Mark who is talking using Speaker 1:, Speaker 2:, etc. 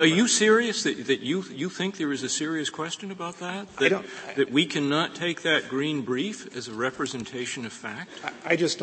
Speaker 1: Are you serious that, that you, you think there is a serious question about that? That,
Speaker 2: don't-
Speaker 1: that we cannot take that green brief as a representation of fact?
Speaker 2: I- I just don't